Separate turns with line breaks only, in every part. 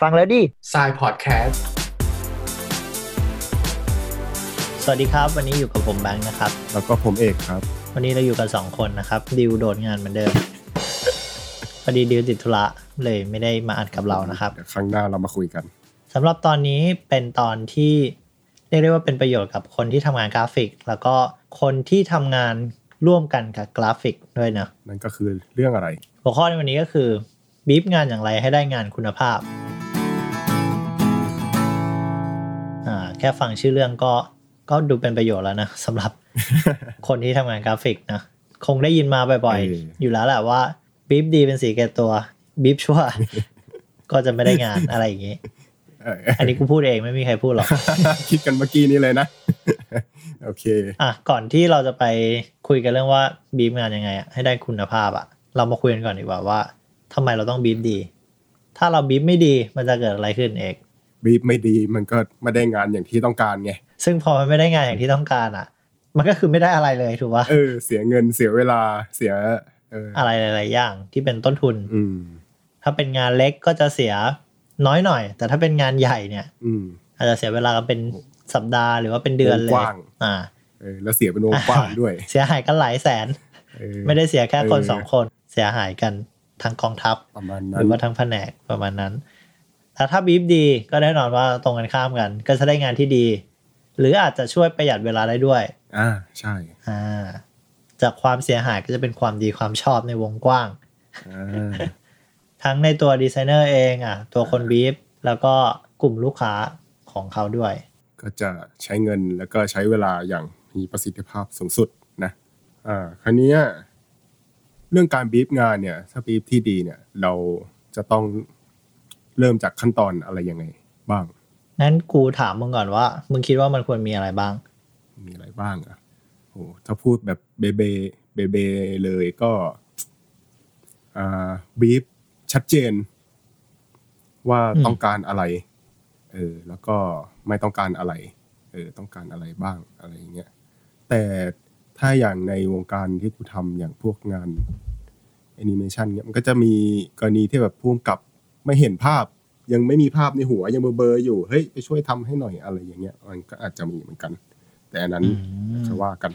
ฟังแล้วดิ
ทรายพอดแคสต์
สวัสดีครับ วันนี้อยู่กับผมแบงค์นะครับ
แล้วก็ผมเอกครับ
วันนี้เราอยู่กัน 2 คนนะครับ ดิวโดนงานเหมือนเดิม พอดีดิวติดธุระเลยไม่ได้มาอัดกับเรานะครับ
ครั้งหน้าเรามาคุยกัน
สำหรับตอนนี้เป็นตอนที่เรียกได้ว่าเป็นประโยชน์กับคนที่ทำงานกราฟิก แล้วก็คนที่ทำงานร่วมกันกับกราฟิกด้วยเนอะ
นั่นก็คือเรื่องอะไร
หัวข้อในวันนี้ก็คือบีบงานอย่างไรให้ได้งานคุณภาพอ่าแค่ฟังชื่อเรื่องก็ก็ดูเป็นประโยชน์แล้วนะ สำห รับ คนที่ทำงานกราฟิกนะคงได้ยินมาบ่อย
เออ
ๆ
อ
อยู่แล้วแหละว่าบีบดีเป็นสีแก่ตัวบีบชั่ว ก็จะไม่ได้งานอะไรอย่างนี้
เอ่อ
อันนี้กูพูดเองไม่มีใครพูดหรอก
คิดกันเมื่อกี้นี้เลยนะ โอเค
อ่ะก่อนที่เราจะไปคุยกันเรื่องว่าบีบงานยังไงอะให้ได้คุณภาพอะเรามาคุยกันก่อนดีกว่าว่าทำไมเราต้องบีบดี ถ้าเราบีบไม่ดีมันจะเกิดอะไรขึ้นเอก
บีบไม่ดีมันก็ไม่ได้งานอย่างที่ต้องการไง
ซึ่งพอมันไม่ได้งานอย่างที่ต้องการอะมันก็คือไม่ได้อะไรเลยถูกปะ
เออ เสียเงินเสียเวลาเสีย เอออ
อะไรหลาย ๆ อย่างที่เป็นต้นทุน
อืม
ถ้าเป็นงานเล็กก็จะเสียน้อยหน่อย แต่ถ้าเป็นงานใหญ่เนี่ย
อืม
อาจจะเสียเวลากันเป็นสัปดาห์หรือว่าเป็นเดือนเล
ก
ย
ว้าง
อ่า
เออแล้วเสียเป็นวงกว้างด้วย
เสียหายกันหลายแสน
เออ
ไม่ได้เสียแค่คน
เออ
สองคนเสียหายกันทั้งกองทัพ
ประมาณ
ห
นั้
รื
น
อว่าทั้งแผนกประมาณนั้นแต่ถ้าบีฟดีก็แน่นอนว่าตรงกันข้ามกัน ก็จะได้งานที่ดี หรืออาจจะช่วยประหยัดเวลาได้ด้วย
อ่าใช่
อ่า จากความเสียหายก็จะเป็นความดีความชอบในวงกว้าง
อ่า
ทั้งในตัวดีไซเนอร์เองอ่ะ ตัวคนบีฟแล้วก็กลุ่มลูกค้าของเขาด้วย
ก็จะใช้เงินแล้วก็ใช้เวลาอย่างมีประสิทธิภาพสูงสุดนะ อ่าคราวเนี้ยเรื่องการบีบงานเนี่ย ถ้าบีบที่ดีเนี่ย เราจะต้องเริ่มจากขั้นตอนอะไรยังไง บ้าง
งั้นกูถามมึงก่อนว่า มึงคิดว่ามันควรมีอะไรบ้าง
มีอะไรบ้างอะโอ้ถ้าพูดแบบเบเบเบเบเลยก็ อ่าบีฟชัดเจน ว่า
อืม
ต้องการอะไร เออ แล้วก็ไม่ต้องการอะไร เออ ต้องการอะไรบ้างอะไรอย่างเงี้ย แต่ถ้าอย่างในวงการที่กูทำอย่างพวกงานแอนิเมชันเนี่ยมันก็จะมีกรณีที่แบบพ่วงกับไม่เห็นภาพ ยังไม่มีภาพในหัวยังเบลอๆอยู่ เฮ้ย ไปช่วยทำให้หน่อยอะไรอย่างเงี้ย มันก็อาจจะมีเหมือนกัน แต่อันนั้น
อืม
จะว่ากัน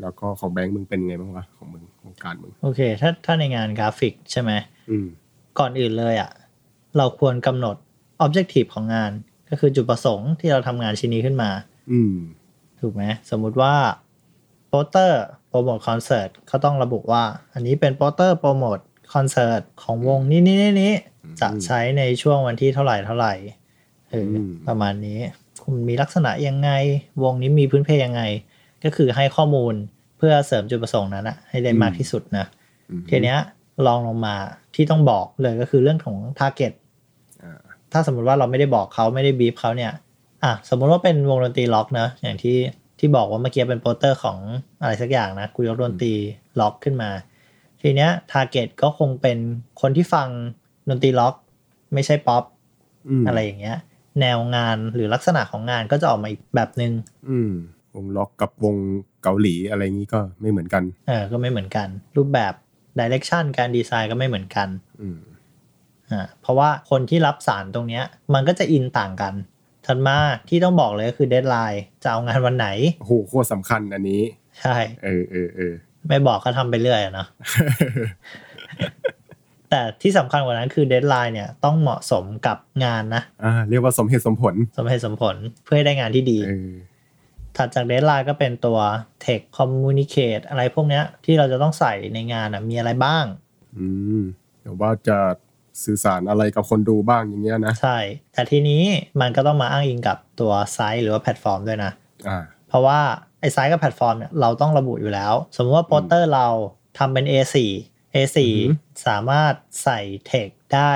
แล้วก็ของแบงค์มึงเป็นไงบ้างวะของมึงวงการมึง
โอเค ถ้าถ้าในงานกราฟิกใช่ไหม
อืม
ก่อนอื่นเลยอะ่ะ เราควรกำหนด objective ของงาน ก็คือจุดประสงค์ที่เราทำงานชิ้นนี้ขึ้นมา
อืม
ถูกไหมสมมุติว่าโปสเตอร์โปรโมทคอนเสิร์ตเขาต้องระบุว่า อันนี้เป็นโปสเตอร์โปรโมทคอนเสิร์ตของวงนี้นี้นี้นี้
อืม
จะใช้ในช่วงวันที่เท่าไหร่เท่าไหร่เอออ
ม
ประมาณนี้ คุณมีลักษณะยังไง วงนี้มีพื้นเพยังไง ก็คือให้ข้อมูลเพื่อเสริมจุดประสงค์นั้นนะให้ได้มากที่สุดนะ
อืม
ทีเนี้ยลองลงมาที่ต้องบอกเลยก็คือเรื่องของ Target
อ่า
ถ้าสมมติว่าเราไม่ได้บอกเขาไม่ได้บีบเขาเนี่ย อ่ะสมมติว่าเป็นวงดนตรีล็อกนะอย่างที่ที่บอกว่าเมื่อกี้เป็นโปสเตอร์ของอะไรสักอย่างนะกูยกดนตรีล็อกขึ้นมา ทีเนี้ยทาร์เก็ตก็คงเป็นคนที่ฟังดนตรีล็อก ไม่ใช่ป๊อป
ม
อะไรอย่างเงี้ย แนวงานหรือลักษณะของงานก็จะออกมาอีกแบบหนึง่ง
อืม วงล็อกกับวงเกาหลีอะไรอย่างงี้ก็ไม่เหมือนกัน
เออก็ไม่เหมือนกัน รูปแบบดิเรกชันการดีไซน์ก็ไม่เหมือนกัน
อืม
อ่าเพราะว่าคนที่รับสารตรงเนี้ย มันก็จะอินต่างกัน ถัดมาที่ต้องบอกเลยก็คือเดทไลน์จะเอางานวันไหน
โอ้โหโคตรสำคัญอันนี้
ใช่
เออเออเอ อ
ไม่บอกก็ทำไปเรื่อยอะเนาะแต่ที่สำคัญกว่านั้นคือเดทไลน์เนี่ยต้องเหมาะสมกับงานนะ
อ่า เรียกว่าสมเหตุสมผล
สมเหตุสมผลเพื่อให้ได้งานที่ดี
เออ
ถัดจากเดทไลน์ก็เป็นตัว Tech Communicate อะไรพวกเนี้ยที่เราจะต้องใส่ในงานอะมีอะไรบ้าง
อืมเดี๋ยวว่าจะสื่อสารอะไรกับคนดูบ้างอย่างเงี้ยนะ
ใช่ แต่ทีนี้มันก็ต้องมาอ้างอิงกับตัวไซต์หรือว่าแพลตฟอร์มด้วยนะ
อ่า
เพราะว่าไอ้ไซส์กับแพลตฟอร์มเนี่ยเราต้องระบุอยู่แล้ว สมมติว่าโปสเตอร์เราทำเป็น A4 A4
อือหือ
สามารถใส่เทคได้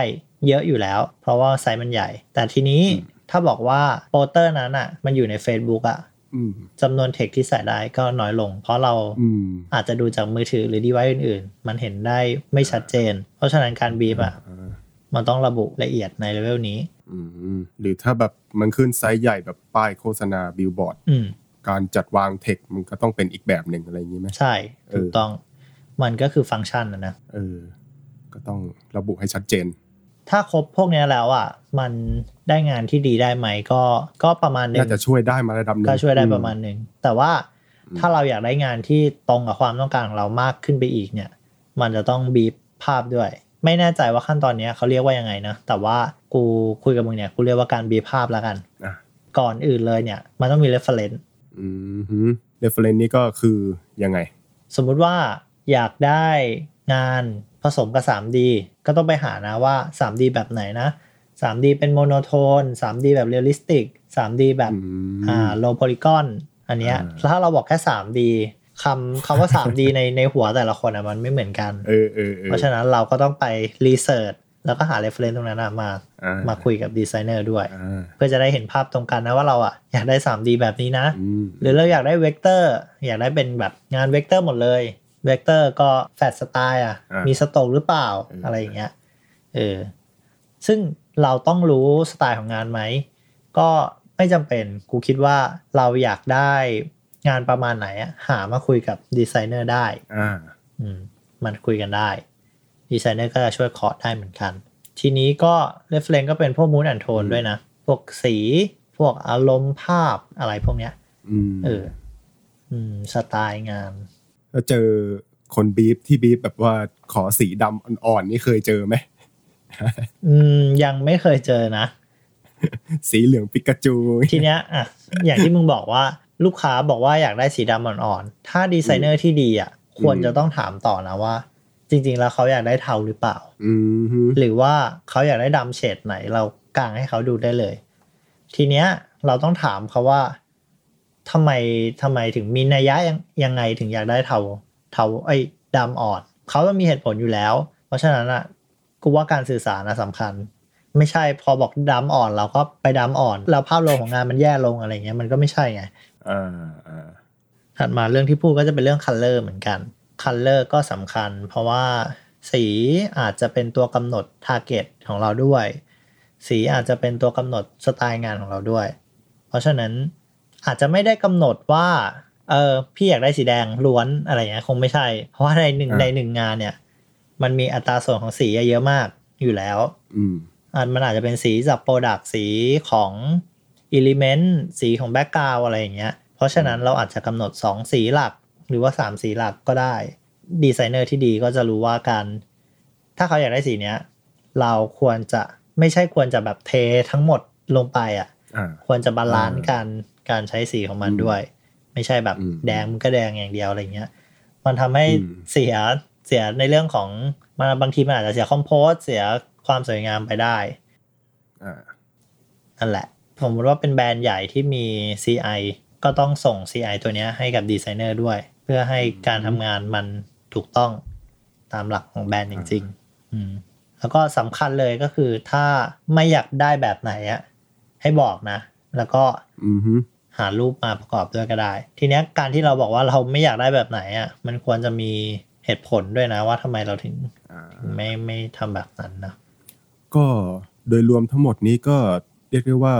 เยอะอยู่แล้ว เพราะว่าไซส์มันใหญ่ แต่ทีนี้ถ้าบอกว่าโปสเตอร์นั้นอ่ะมันอยู่ใน Facebook อ่ะ
อืม
จำนวนเทคที่ใส่ได้ก็น้อยลง เพราะเรา
อืม
อาจจะดูจากมือถือหรือดีไวซ์อื่นๆ มันเห็นได้ไม่ชัดเจน เพราะฉะนั้นการบีบอ่ะ
อ่า
มันต้องระบุละเอียดในเลเวลนี้
อืม หรือถ้าแบบมันขึ้นไซส์ใหญ่แบบป้ายโฆษณาบิลบอร์ด
อืม
การจัดวางเทคมันก็ต้องเป็นอีกแบบหนึ่งอะไรอย่างนี้ไหม
ใช่ถูก
เออ
ต้องมันก็คือฟังก์ชันนะนะ
เออ ก็ต้องระบุให้ชัดเจน
ถ้าครบพวกเนี้ยแล้วอ่ะมันได้งานที่ดีได้ไหมก็ก็ประมาณหนึง
น่าจะช่วยได้มาระดับหนึง
ก็ช่วยได้
อื
ประมาณหนึงแต่ว่า
อืม
ถ้าเราอยากได้งานที่ตรงกับความต้องการของเรามากขึ้นไปอีกเนี่ย มันจะต้องบีบภาพด้วย ไม่แน่ใจว่าขั้นตอนเนี้ยเขาเรียกว่ายังไงนะแต่ว่ากูคุยกับมึงเนี่ยกูเรียกว่าการบีบภาพแล้วกัน
อ่ะ
ก่อนอื่นเลยเนี่ยมันต้องมี reference
อืมฮึเรฟเฟรนนี่ก็คือยังไง
สมมุติว่าอยากได้งานผสมกับ 3D ก็ต้องไปหานะว่า 3D แบบไหนนะ 3D เป็นโมโนโทน 3D แบบเรียลลิสติก 3D แบบ
อืม
อ่าโลโพลิกอนอันเนี้ย
อ่า
ถ้าเราบอกแค่ 3D คำคำว่า 3D ในในหัวแต่ละคนอ่ะมันไม่เหมือนกัน
เออเออเออ
เพราะฉะนั้นเราก็ต้องไปรีเสิร์ชแล้วก็หาเรฟเฟนตรงนั้นอะมา
อ่
มาคุยกับดีไซเนอร์ด้วย
อ่า
เพื่อจะได้เห็นภาพตรงกันนะว่าเราอ่ะอยากได้ 3D แบบนี้นะ
อืม
หรือเราอยากได้เวกเตอร์ อยากได้เป็นแบบงานเวกเตอร์หมดเลย เวกเตอร์ก็แฟตสไตล์อ่ะ
ามี
มีสโตกหรือเปล่า
เอออ
อะไรอย่างเงี้ยเออซึ่งเราต้องรู้สไตล์ของงานไหม ก็ไม่จำเป็นกูคิดว่าเราอยากได้งานประมาณไหนอะหามาคุยกับดีไซเนอร์ได้
อ่า
อืมมันคุยกันได้ ดีไซเนอร์ก็จะช่วยเคาะได้เหมือนกัน ทีนี้ก็เรฟเลนก็เป็นพวกมูนแอนโทนด้วยนะ พวกสี พวกอารมณ์ภาพอะไรพวกเนี้ย
อืม
เออ อืม สไตล์งาน
แล้วเจอคนบีฟที่บีฟแบบว่าขอสีดำอ่อนๆนี่เคยเจอไหม
อืม ยังไม่เคยเจอนะ
สีเหลืองปิกาจู
ทีเนี้ย อ่ะ อย่างที่มึงบอกว่า ลูกค้าบอกว่าอยากได้สีดำอ่อนๆ ถ้าดีไซเนอร์ที่ดีอ่ะ ควรจะต้องถามต่อนะว่า จริง ๆ แล้วเขาอยากได้เทาหรือเปล่า
อืมฮึ
หรือว่าเขาอยากได้ดำเฉดไหน เรากางให้เขาดูได้เลย ทีเนี้ย เราต้องถามเขาว่าทำไมทำไมถึงมีนัยยะยังยังไงถึงอยากได้เทาเทาไอ้ยดำอ่อนเขาต้องมีเหตุผลอยู่แล้ว เพราะฉะนั้นอ่ะกูว่าการสื่อสารนะสำคัญ ไม่ใช่พอบอกดำอ่อน เราก็ไปดำอ่อน แล้วภาพรวมของงานมันแย่ลงอะไรเงี้ยมันก็ไม่ใช่ไง
อ่าอ่า
ถัดมาเรื่องที่พูดก็จะเป็นเรื่องคัลเลอร์เหมือนกันคัลเลอร์ก็สำคัญ เพราะว่าสีอาจจะเป็นตัวกำหนดทาร์เก็ตของเราด้วย สีอาจจะเป็นตัวกำหนดสไตล์งานของเราด้วย เพราะฉะนั้นอาจจะไม่ได้กำหนดว่าเออพี่อยากได้สีแดงล้วนอะไรอย่างเงี้ยคงไม่ใช่ เพราะว่าในหนึ่งในหนึ่งงานเนี่ย มันมีอัตราส่วนของสีเยอะมากอยู่แล้ว
อืม
อ่ะมันอาจจะเป็นสีจากโปรดักสีของอิเลเมนต์สีของแบ็กกราวอะไรอย่างเงี้ย เพราะฉะนั้นเราอาจจะกำหนด 2 สีหลัก หรือว่า 3 สีหลักก็ได้ ดีไซเนอร์ที่ดีก็จะรู้ว่าการ ถ้าเขาอยากได้สีเนี้ย เราควรจะไม่ใช่ควรจะแบบเททั้งหมดลงไปอ่ะ
อ่า
ควรจะบาลานซ์การการใช้สีของมันด้วย ไม่ใช่แบบ
อืม
แดงมันก็แดงอย่างเดียวอะไรเงี้ย มันทำให้
อืม
เสียเสียในเรื่องของมาบางทีมันอาจจะเสียคอมโพสเสียความสวยงามไปได้
อ่า
นั่นแหละ สมมติว่าเป็นแบรนด์ใหญ่ที่มี CI ก็ต้องส่ง CI ตัวเนี้ยให้กับดีไซเนอร์ด้วย เพื่อให้การทำงานมันถูกต้องตามหลักของแบรนด์จริงๆอืมแล้วก็สำคัญเลยก็คือถ้าไม่อยากได้แบบไหนอะให้บอกนะ แล้วก็
อืมฮึ
หารูปมาประกอบด้วยก็ได้ ทีเนี้ยการที่เราบอกว่าเราไม่อยากได้แบบไหนอะมันควรจะมีเหตุผลด้วยนะว่าทำไมเราถึง
อ่า
ไม่ไม่ทำแบบนั้นนะ
ก็โดยรวมทั้งหมดนี้ก็เรียกได้ว่า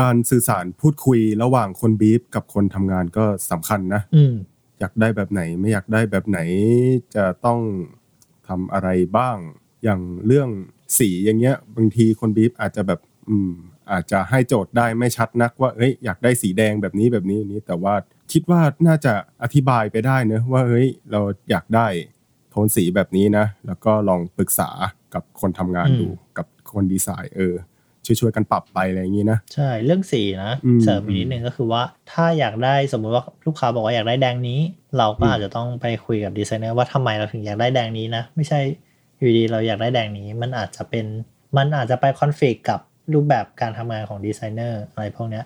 การสื่อสารพูดคุยระหว่างคนบีฟกับคนทำงานก็สำคัญนะ
อืม
อยากได้แบบไหนไม่อยากได้แบบไหนจะต้องทำอะไรบ้าง อย่างเรื่องสีอย่างเงี้ย บางทีคนบีฟอาจจะแบบอืมอาจจะให้โจทย์ได้ไม่ชัดนักว่าเอ้ยอยากได้สีแดงแบบนี้แบบนี้แบบนี้แต่ว่าคิดว่าน่าจะอธิบายไปได้เนอะว่าเฮ้ยเราอยากได้โทนสีแบบนี้นะ แล้วก็ลองปรึกษากับคนทำงาน
อืม
ดูกับคนดีไซน์เออ ช่วยๆกันปรับไปอะไรอย่างงี้นะ
ใช่เรื่องสีนะ
อืม
เสริมอีกนิดนึงก็คือว่าถ้าอยากได้สมมุติว่าลูกค้าบอกว่าอยากได้แดงนี้ เราก็
อืม
อาจจะต้องไปคุยกับดีไซเนอร์ว่าทำไมเราถึงอยากได้แดงนี้นะไม่ใช่อยู่ดีเราอยากได้แดงนี้ มันอาจจะเป็นมันอาจจะไปคอนฟ lict กับรูปแบบการทำงานของดีไซเนอร์อะไรพวกเนี้ย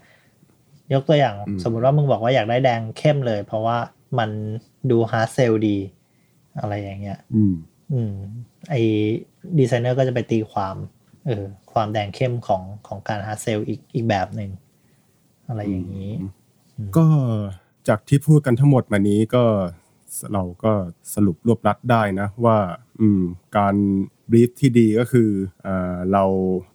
ยกตัวอย่างสมมุติว่ามึงบอกว่าอยากได้แดงเข้มเลย เพราะว่ามันดูฮาร์ดเซลดี อะไรอย่างเงี้ย
อืม
อืมไอดีไซเนอร์ก็จะไปตีความเออความแดงเข้มของของการฮาร์ดเซลอีกอีกแบบหนึ่งอะไรอย่างนี้ ม
ก็จากที่พูดกันทั้งหมดมานี้ก็เราก็สรุปรวบรัดได้นะว่าอืมการบรีฟที่ดีก็คือเออเรา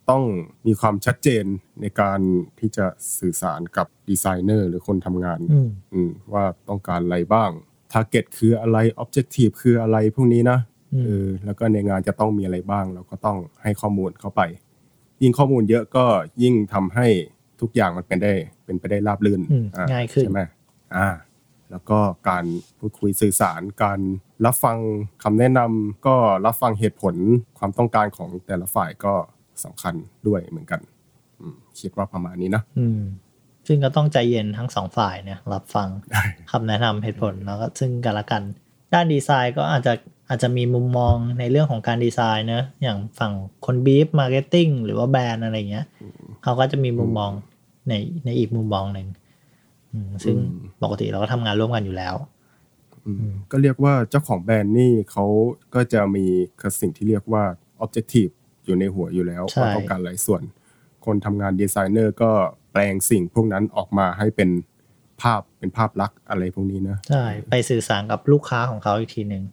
ต้องมีความชัดเจนในการที่จะสื่อสารกับดีไซเนอร์หรือคนทำงาน
อืม
อืมว่าต้องการอะไรบ้าง Target คืออะไร Objective คืออะไรพวกนี้นะ
อืม
เออแล้วก็ในงานจะต้องมีอะไรบ้าง เราก็ต้องให้ข้อมูลเข้าไป ยิ่งข้อมูลเยอะก็ยิ่งทำให้ทุกอย่างมันเป็นได้ เป็นไปได้ราบรื่น
อืม
อ่ะ
ง่ายขึ้น
ใช่ไหมอ่า แล้วก็การพูดคุยสื่อสาร การรับฟังคำแนะนำก็รับฟังเหตุผลความต้องการของแต่ละฝ่ายก็สำคัญด้วยเหมือนกันอืมคิดว่าประมาณนี้นะ
อืม ซึ่งก็ต้องใจเย็นทั้งสองฝ่ายเนี่ยรับฟัง
ได้
คำแนะนำเหตุผลแล้วก็ซึ่งกันและกัน ด้านดีไซน์ก็อาจจะอาจจะมีมุมมองในเรื่องของการดีไซน์นะอย่างฝั่งคนบีฟมาร์เก็ตติ้งหรือว่าแบรนด์อะไรเงี้ยเขาก็จะมีมุมมองในในอีกมุมมองหนึ่งอืมซึ่งปกติเราก็ทำงานร่วมกันอยู่แล้ว
อืมก็เรียกว่าเจ้าของแบรนด์นี่เขาก็จะมีสิ่งที่เรียกว่า objective อยู่ในหัวอยู่แล้ว
ใช่
ว่าต้องการหลายส่วน คนทำงานดีไซเนอร์ก็แปลงสิ่งพวกนั้นออกมาให้เป็นภาพเป็นภาพลักษณ์อะไรพวกนี้นะ
ใช่ไปสื่อสารกับลูกค้าของเขาอีกทีหนึ่ง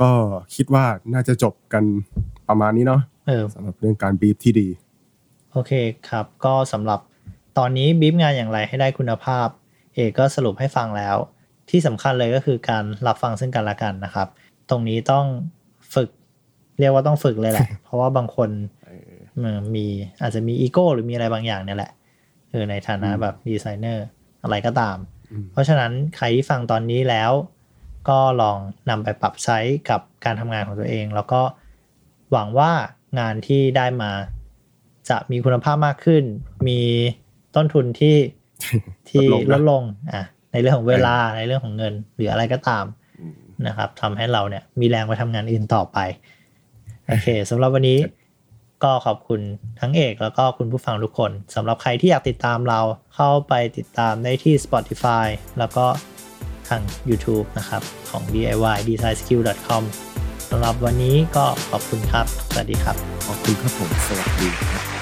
ก็คิดว่าน่าจะจบกันประมาณนี้เนาะ
เออ
สำหรับเรื่องการบีบที่ดี
โอเคครับ ก็สำหรับตอนนี้บีบงานอย่างไรให้ได้คุณภาพ เอกก็สรุปให้ฟังแล้ว ที่สำคัญเลยก็คือการรับฟังซึ่งกันและกันนะครับ ตรงนี้ต้องฝึก เรียกว่าต้องฝึกเลยแหละ เพราะว่าบางคนเออมีอาจจะมีอีโก้หรือมีอะไรบางอย่างเนี่ยแหละเออในฐานะแบบดีไซเนอร์อะไรก็ตาม
อืม
เพราะฉะนั้นใครที่ฟังตอนนี้แล้ว ก็ลองนำไปปรับใช้กับการทำงานของตัวเอง แล้วก็หวังว่างานที่ได้มา จะมีคุณภาพมากขึ้น มีต้นทุน ที่ ที่
ลดลงนะ
ลดลงอ่ะในเรื่องของเวลาในเรื่องของเงิน หรืออะไรก็ตาม
อืม
นะครับทำให้เราเนี่ยมีแรงไปทำงานอื่นต่อไป โอเค สำหรับวันนี้ก็ขอบคุณทั้งเอกแล้วก็คุณผู้ฟังทุกคนสำหรับใครที่อยากติดตามเราเข้าไปติดตามได้ที่ Spotify แล้วก็ทาง YouTube นะครับ ของ DIY Design Skill com สำหรับวันนี้ก็ขอบคุณครับ สวัสดีครับ
ขอบคุณครับผมสวัสดีครับ